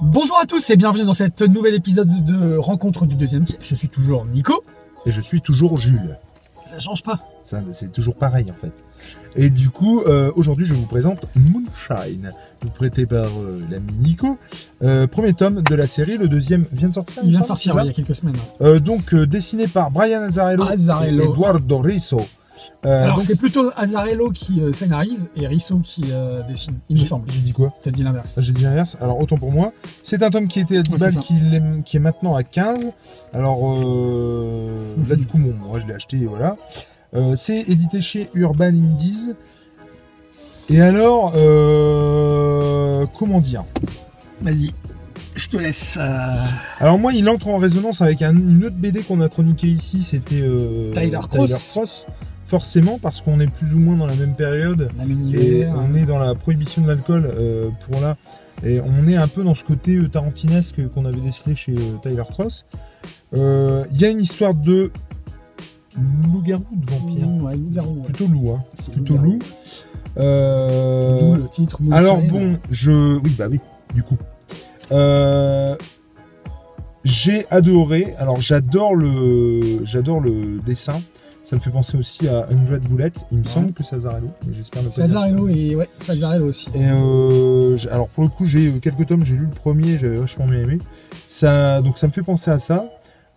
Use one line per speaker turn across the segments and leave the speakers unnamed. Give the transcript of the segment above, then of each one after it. Bonjour à tous et bienvenue dans cet nouvel épisode de Rencontre du deuxième type. Je suis toujours Nico.
Et je suis toujours Jules.
Ça change pas.
Ça, C'est toujours pareil en fait. Et du coup, euh, aujourd'hui, je vous présente Moonshine, vous prêtez par euh, l'ami Nico. Euh, premier tome de la série, le deuxième vient de sortir.
Il
me
vient de
semble,
sortir
c'est
ouais,
ça
il y a quelques semaines.
Euh, donc euh, dessiné par Brian Azzarello,
Azzarello.
et Eduardo Risso. Euh,
Alors
donc,
c'est plutôt Azzarello qui euh, scénarise et Risso qui euh, dessine, il me
j'ai-
semble.
J'ai dit quoi
T'as dit l'inverse.
Ah, J'ai dit l'inverse. Alors autant pour moi. C'est un tome qui était à 10
Ouais, c'est
balles,
ça.
qui, l'est- qui est maintenant à 15. Alors euh, là du coup, bon, moi je l'ai acheté, voilà. Euh, c'est édité chez Urban Indies. Et alors, euh, comment dire
Vas-y, je te laisse. euh,
Alors moi, il entre en résonance avec un- une autre BD qu'on a chroniquée ici, c'était euh,
Tyler Cross.
Cross. Forcément, parce qu'on est plus ou moins dans la même période
la mini
et euh, on est dans la prohibition de l'alcool euh, pour là. Et on est un peu dans ce côté euh, tarantinesque qu'on avait décelé chez euh, Tyler Cross. Euh, Il y a une histoire de loup-garou ou de vampire
Ouais, loup-garou, Mmh. ouais.
Plutôt loup, hein.
C'est
Plutôt
loup-garou.
loup. Euh,
D'où le titre. Moonshine.
alors bon, je. Oui, bah oui, du coup. Euh, J'ai adoré. Alors j'adore le. J'adore le dessin. Ça me fait penser aussi à Hundred Bullet. Il me
Ouais.
semble que c'est Azzarello, mais j'espère ne pas.
C'est
dire.
Azzarello et ouais, c'est Azzarello aussi.
Et euh, j'ai- alors pour le coup, j'ai euh, quelques tomes, j'ai lu le premier, j'avais vachement bien aimé. Ça, donc ça me fait penser à ça.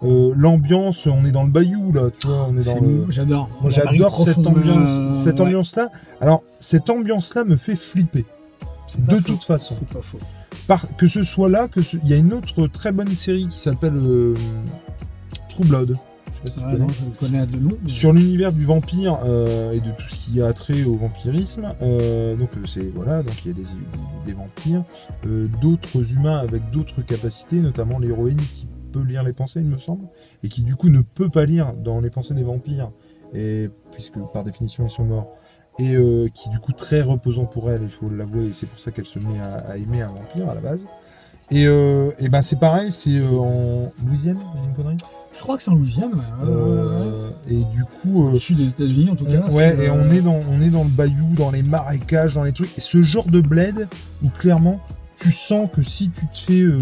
Euh, L'ambiance, on est dans le bayou là, tu vois, on est dans
C'est-
le...
J'adore.
Moi
La marine
j'adore cette
profonde,
ambiance,
euh,
cette
ouais.
ambiance là. Alors cette ambiance là me fait flipper.
C'est pas
De
faux.
toute façon.
C'est pas faux.
Par- que ce soit là, que ce- il y a une autre très bonne série qui s'appelle euh, True Blood. Je sais pas si tu
Ouais,
connais.
non, je le connais de nom. mais-
Sur l'univers du vampire euh, et de tout ce qui a trait au vampirisme, euh, donc euh, c'est voilà, donc il y a des, des- des vampires, euh, d'autres humains avec d'autres capacités, notamment l'héroïne qui peut lire les pensées, il me semble, et qui du coup ne peut pas lire dans les pensées des vampires, et puisque par définition ils sont morts, et euh, qui du coup très reposant pour elle, il faut l'avouer, et c'est pour ça qu'elle se met à, à aimer un vampire à la base. Et, euh, et ben c'est pareil, c'est euh, en Louisiane, j'ai dit une connerie.
Je crois que c'est en Louisiane. ouais, ouais, ouais, ouais.
Euh, et du coup, euh,
Au sud des États-Unis en tout cas.
Ouais,
c'est,
et
euh,
on est, dans, on est dans le bayou, dans les marécages, dans les trucs. Et ce genre de bled où clairement, tu sens que si tu te fais euh,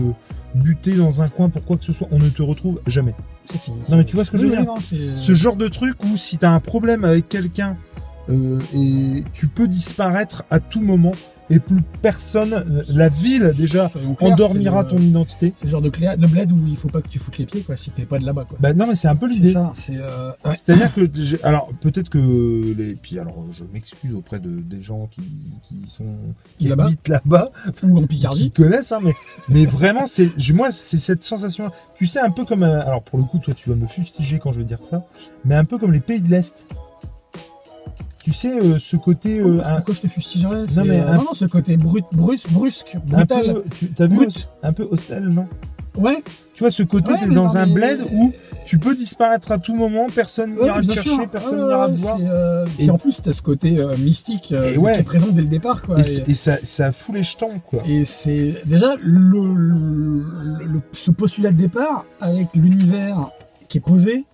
buter dans un coin pour quoi que ce soit, on ne te retrouve jamais.
C'est fini.
Non, euh, mais tu vois ce que je veux dire Ce
Ce
genre de truc où si t'as un problème avec quelqu'un euh, et tu peux disparaître à tout moment et plus personne, euh, la ville déjà, endormira ton identité.
C'est le genre de, clé- de bled où il faut pas que tu foutes les pieds quoi, si t'es pas de là-bas quoi.
Bah non, mais c'est un peu
c'est
l'idée.
ça, c'est. euh, ouais.
C'est-à-dire que j'ai- alors peut-être que les puis alors je m'excuse auprès de des gens qui, qui sont qui
Là-bas
habitent là-bas
Ou en
qui
Picardie.
connaissent hein, mais mais vraiment c'est je- moi c'est cette sensation tu sais un peu comme euh, alors pour le coup toi tu vas me fustiger quand je vais dire ça mais un peu comme les pays de l'est tu sais euh, ce côté euh, un,
Pourquoi je te fustigerais c'est,
mais
euh,
un-
non, non, ce côté brut, brusque, brusque,
un
brutal.
peu tu t'as vu
Brut.
un peu hostel non
Ouais,
tu vois ce côté
Ouais,
t'es
mais
dans
non,
un
mais- euh,
bled où tu peux disparaître à tout moment personne
ouais,
n'ira te
bien
chercher
sûr.
personne
Ouais,
n'ira
ouais,
te voir
c'est, euh, Puis
Et-
en plus, t'as ce côté euh, mystique euh,
Et ouais.
qui est présent dès le départ quoi.
et,
et-
c'est- et ça ça fout les jetons quoi
Et c'est déjà le, le- le- ce postulat de départ avec l'univers qui est posé.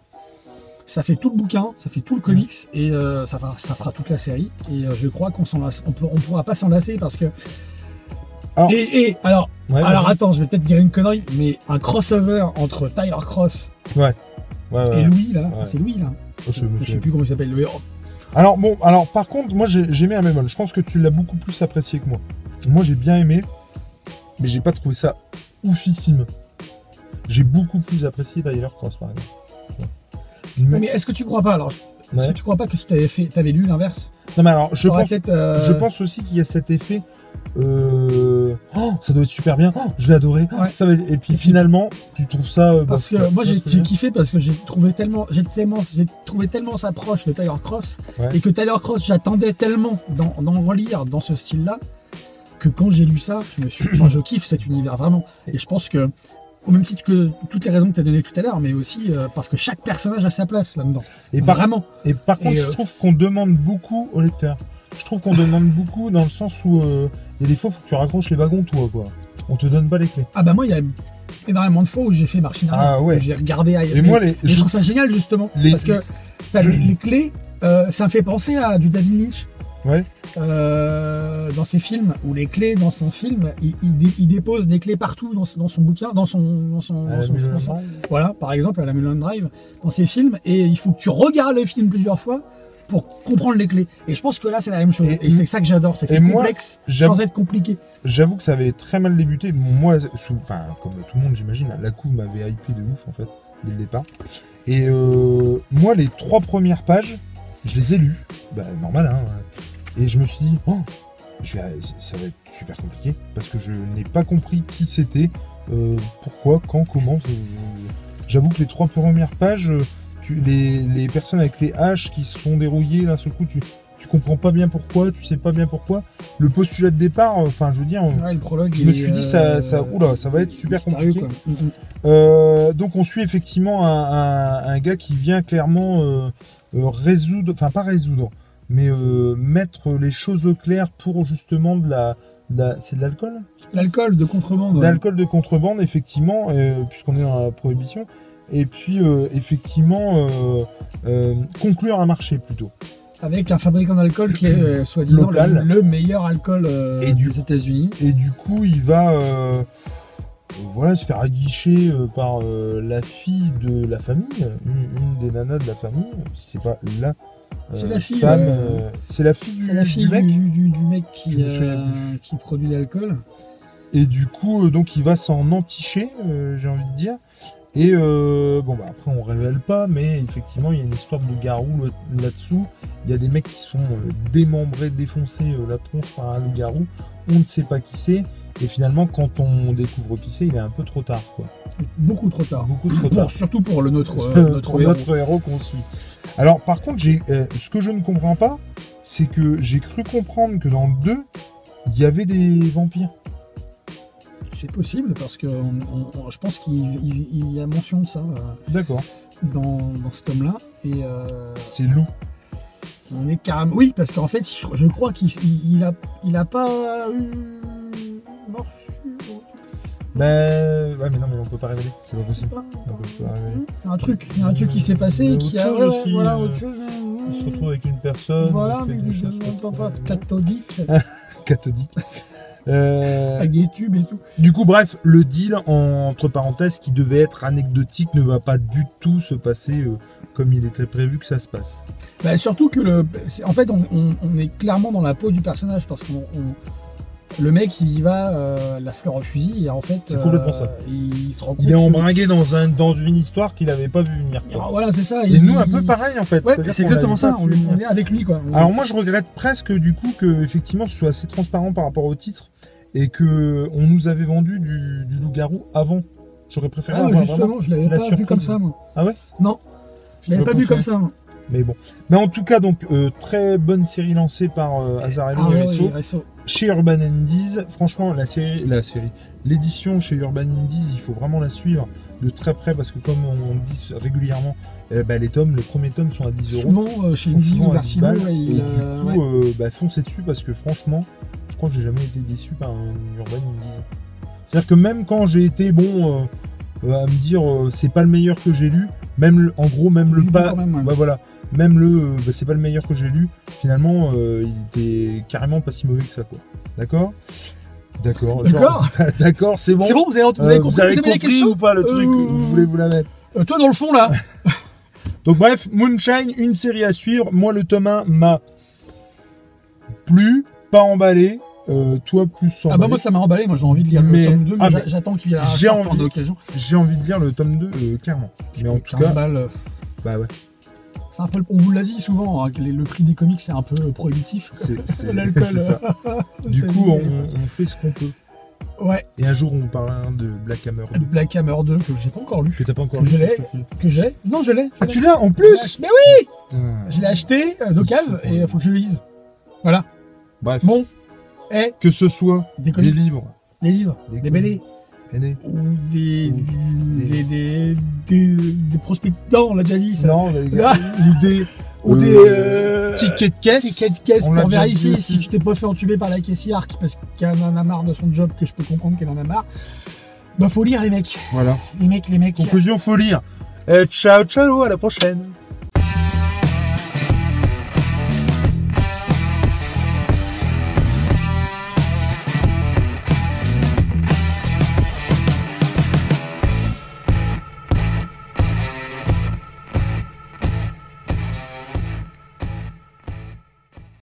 Ça fait tout le bouquin, ça fait tout le comics
Mmh.
et euh, ça, fera, ça fera toute la série. Et euh, je crois qu'on s'en lasse- on, peut- on pourra pas s'en lasser parce que.
Alors-
et, et alors,
Ouais,
alors
ouais.
attends, je vais peut-être dire une connerie, mais un crossover entre Tyler Cross
Ouais, ouais.
et Louis là,
Ouais.
c'est Louis là.
Je me
Je sais
souviens.
plus comment il s'appelle. Louis.
Alors bon, alors par contre, moi j'ai j'ai aimé un bémol. Je pense que tu l'as beaucoup plus apprécié que moi. Moi j'ai bien aimé, mais j'ai pas trouvé ça oufissime. J'ai beaucoup plus apprécié Tyler Cross par exemple. Tu vois. Mais-
Mais est-ce que tu crois pas alors Est-ce
Ouais.
que tu crois pas que si t'avais fait, t'avais lu l'inverse,
Non mais alors je
t'aurais
pense,
peut-être, euh,
je pense aussi qu'il y a cet effet. euh, Oh, ça doit être super bien. Oh, je vais adorer.
Ouais.
Ça va être- Et puis finalement, tu trouves ça. euh,
Parce
bof,
que
quoi.
moi
Tu
j'ai
vois ce que je veux
j'ai
dire
kiffé parce que j'ai trouvé tellement, j'ai tellement, j'ai trouvé tellement sa proche de Tyler Cross
Ouais.
et que Tyler Cross j'attendais tellement d'en d'en relire dans ce style-là que quand j'ai lu ça, je me suis, enfin je kiffe cet univers vraiment et je pense que au même titre que toutes les raisons que tu as données tout à l'heure, mais aussi euh, parce que chaque personnage a sa place là-dedans.
Et par
Vraiment.
Et par contre,
Et, euh,
je trouve qu'on demande beaucoup au lecteur. Je trouve qu'on demande beaucoup dans le sens où euh, il y a des fois, faut que tu raccroches les wagons, toi, quoi. On te donne pas les clés.
Ah bah moi il y a énormément de fois où j'ai fait marche arrière,
Ah ouais.
où j'ai regardé ailleurs.
Et moi, les,
Mais je
je-
trouve ça génial justement
Les-
parce que t'as les, les clés, euh, ça me fait penser à du David Lynch.
Ouais.
Euh, euh, dans ses films, ou les clés dans son film, il, il dé- il dépose des clés partout dans, dans son bouquin, dans son, dans son,
Ah,
dans
la
son-
Mulholland
dans son-
Drive.
voilà, par exemple à la Mulholland Drive, dans ses films, et il faut que tu regardes le film plusieurs fois pour comprendre les clés. Et je pense que là, c'est la même chose.
Et-
Et, c'est ça que j'adore, c'est que
et
c'est
moi,
complexe,
j'aime-
sans être compliqué.
J'avoue que ça avait très mal débuté. Moi, sous, enfin, comme tout le monde, j'imagine, la couve m'avait hypé de ouf, en fait, dès le départ. Et euh, moi, les trois premières pages, je les ai lues. Bah, normal, hein. ouais. Et je me suis dit, oh, je vais- ça va être super compliqué, parce que je n'ai pas compris qui c'était, euh, pourquoi, quand, comment. je- je- J'avoue que les trois premières pages, euh, tu, les, les personnes avec les haches qui se sont dérouillées d'un seul coup, tu, tu comprends pas bien pourquoi, tu sais pas bien pourquoi. Le postulat de départ, euh, enfin, je veux dire,
Ouais, le prologue,
je
il
me
est,
suis dit, ça, ça,
euh,
oula, ça va être super
mystérieux,
compliqué.
quoi. Mhm.
Euh, donc on suit effectivement un, un- un gars qui vient clairement euh, euh, résoudre, enfin pas résoudre, mais euh, mettre les choses au clair pour justement de la, de la- c'est de l'alcool,
L'alcool de contrebande.
de
ouais.
l'alcool de contrebande effectivement, euh, puisqu'on est dans la prohibition, et puis euh, effectivement euh, euh, conclure un marché plutôt.
avec un fabricant d'alcool qui est euh, soi-disant le,
Local.
le meilleur alcool euh,
Et du-
des États-Unis.
Et du coup il va euh, euh, voilà se faire aguicher euh, par euh, la fille de la famille, une, une des nanas de la famille, si c'est pas la
C'est
euh,
la fille,
femme,
euh,
euh, c'est la fille du,
C'est la
du
fille du
mec.
du, du mec
Je
qui,
me souviens
euh, qui produit l'alcool.
Et du coup, euh, donc il va s'en enticher, euh, j'ai envie de dire. Et euh, bon, bah après on révèle pas, mais effectivement il y a une histoire de loup-garou là- là-dessous. Il y a des mecs qui sont euh, démembrés, défoncés euh, la tronche par un loup-garou. On ne sait pas qui c'est. Et finalement, quand on découvre qui c'est, il est un peu trop tard, quoi.
Beaucoup trop tard.
Beaucoup trop
Pour-
tard.
surtout pour le notre, euh,
Euh,
notre
pour
héros.
notre héros qu'on suit. Alors par contre, j'ai, euh, ce que je ne comprends pas, c'est que j'ai cru comprendre que dans le 2, il y avait des vampires.
C'est possible parce que on- on- on- je pense qu'il il- il y a mention de ça euh,
D'accord.
dans, dans ce tome-là. Et euh,
C'est loup.
on est carrément. Oui, parce qu'en fait, je, je crois qu'il il, il a, il a pas eu. morsure,
Ben... Ouais, mais non, mais on peut pas révéler. C'est pas
je sais
possible.
pas.
On peut pas révéler.
Il y a un truc, il y a un truc qui s'est passé
Il y a
et
autre
qui a.
chose
ouais,
aussi,
voilà,
euh,
autre chose. hein,
On se retrouve avec une personne.
Voilà,
on fait
mais
des
je
choses
ne
contre-
pas cathodique,
cathodique. Euh,
avec des tubes et tout.
du coup, bref, le deal en- entre parenthèses qui devait être anecdotique ne va pas du tout se passer euh, comme il était prévu que ça se passe.
Bah, surtout que le, c'est- en fait, on, on- on est clairement dans la peau du personnage parce qu'on, on- le mec, il y va euh, la fleur au fusil et en fait, euh,
C'est complètement ça.
Il se rend compte.
Il est
que-
embringué dans, un, dans une histoire qu'il n'avait pas vu venir. quoi.
Ah, Voilà, c'est ça.
Et
il-
nous, un
il-
peu pareil en fait.
Ouais,
C'est-à-dire
c'est
qu'on
exactement
l'avait
ça.
pas
On,
vu venir.
on est avec lui, quoi. On-
Alors moi je regrette presque du coup que effectivement ce soit assez transparent par rapport au titre et que on nous avait vendu du, du loup-garou avant. J'aurais préféré
Ah,
avoir vraiment.
justement, je l'avais
la
pas vu
surprise.
comme ça, moi.
Ah ouais
Non, je l'avais
J'aurais
pas vu comme
préféré.
ça. moi.
Mais bon. Mais en tout cas donc euh, très bonne série lancée par euh, Azarello
Ah
et
ouais,
Resso.
oui, Resso.
Chez Urban Indies, franchement la série, la série, l'édition chez Urban Indies, il faut vraiment la suivre de très près parce que comme on dit régulièrement, euh, bah, les tomes, les premiers tomes sont à 10 euros.
Souvent euh, chez
Ils sont
Indies
souvent
ou
à
vers
10
Simon,
balles,
ouais,
et
il, euh,
du
ouais.
coup, euh, bah, foncez dessus parce que franchement, je crois que j'ai jamais été déçu par un Urban Indies. C'est-à-dire que même quand j'ai été bon euh, euh, à me dire euh, c'est pas le meilleur que j'ai lu, même le- en gros même le
Du coup,
pas,
quand même, ouais.
bah, voilà, même le euh, bah, c'est pas le meilleur que j'ai lu, finalement euh, il était carrément pas si mauvais que ça quoi. D'accord, d'accord, genre-
D'accord.
d'accord, c'est bon.
C'est bon, vous avez, vous
Euh,
avez compris, vous avez des
compris
questions
ou pas le truc
Euh,
Vous voulez vous la mettre
Euh, Toi, dans le fond,
Ah,
là,
donc bref, Moonshine, une série à suivre. Moi, le tome 1 m'a plu, pas emballé. Euh, toi, plus
Ah bah
emballé.
moi ça m'a emballé, moi j'ai envie de lire
Mais-
le tome 2, mais
ah
j'a-
bah,
j'attends qu'il y ait un
j'ai
sorte
envie.
d'occasion.
J'ai envie de lire le tome 2, euh, clairement. Mais en tout
15
cas,
balles, euh,
bah ouais,
c'est un peu, on vous l'a dit souvent, hein, que les- le prix des comics c'est un peu euh, prohibitif.
c'est c'est-
L'alcool. euh,
c'est ça. Du
C'est
coup,
dit,
on, on fait ce qu'on peut.
Ouais,
Et un jour, on parlera de Black Hammer 2,
Black Hammer 2 que j'ai pas encore lu,
que t'as pas encore
Je
lu,
l'ai.
je te file.
que j'ai, non je l'ai. je
Ah,
l'ai.
tu l'as en
Je l'ai ach-
plus
Mais oui,
Putain.
je l'ai acheté euh, d'occasion et il faut que je le lise. Voilà.
Bref,
Bon, eh,
que ce soit
des
des
comics,
livres,
des livres,
des
des
comics. E.
BD
des-
ou des
Ou
du- des
des-
des des- des prospects. Non, on l'a déjà dit ça.
non, des-
Là.
ou des
Ou des
Euh,
euh,
tickets de caisse,
ticket de caisse
On l'a
pour
déjà dit
vérifier
aussi.
si tu t'es pas fait entuber par la caissière qui- parce qu'elle en a marre de son job, que je peux comprendre qu'elle en a marre. Bah faut lire les mecs,
Voilà.
les mecs, les mecs.
Conclusion, faut lire. Euh, ciao, ciao, à la prochaine.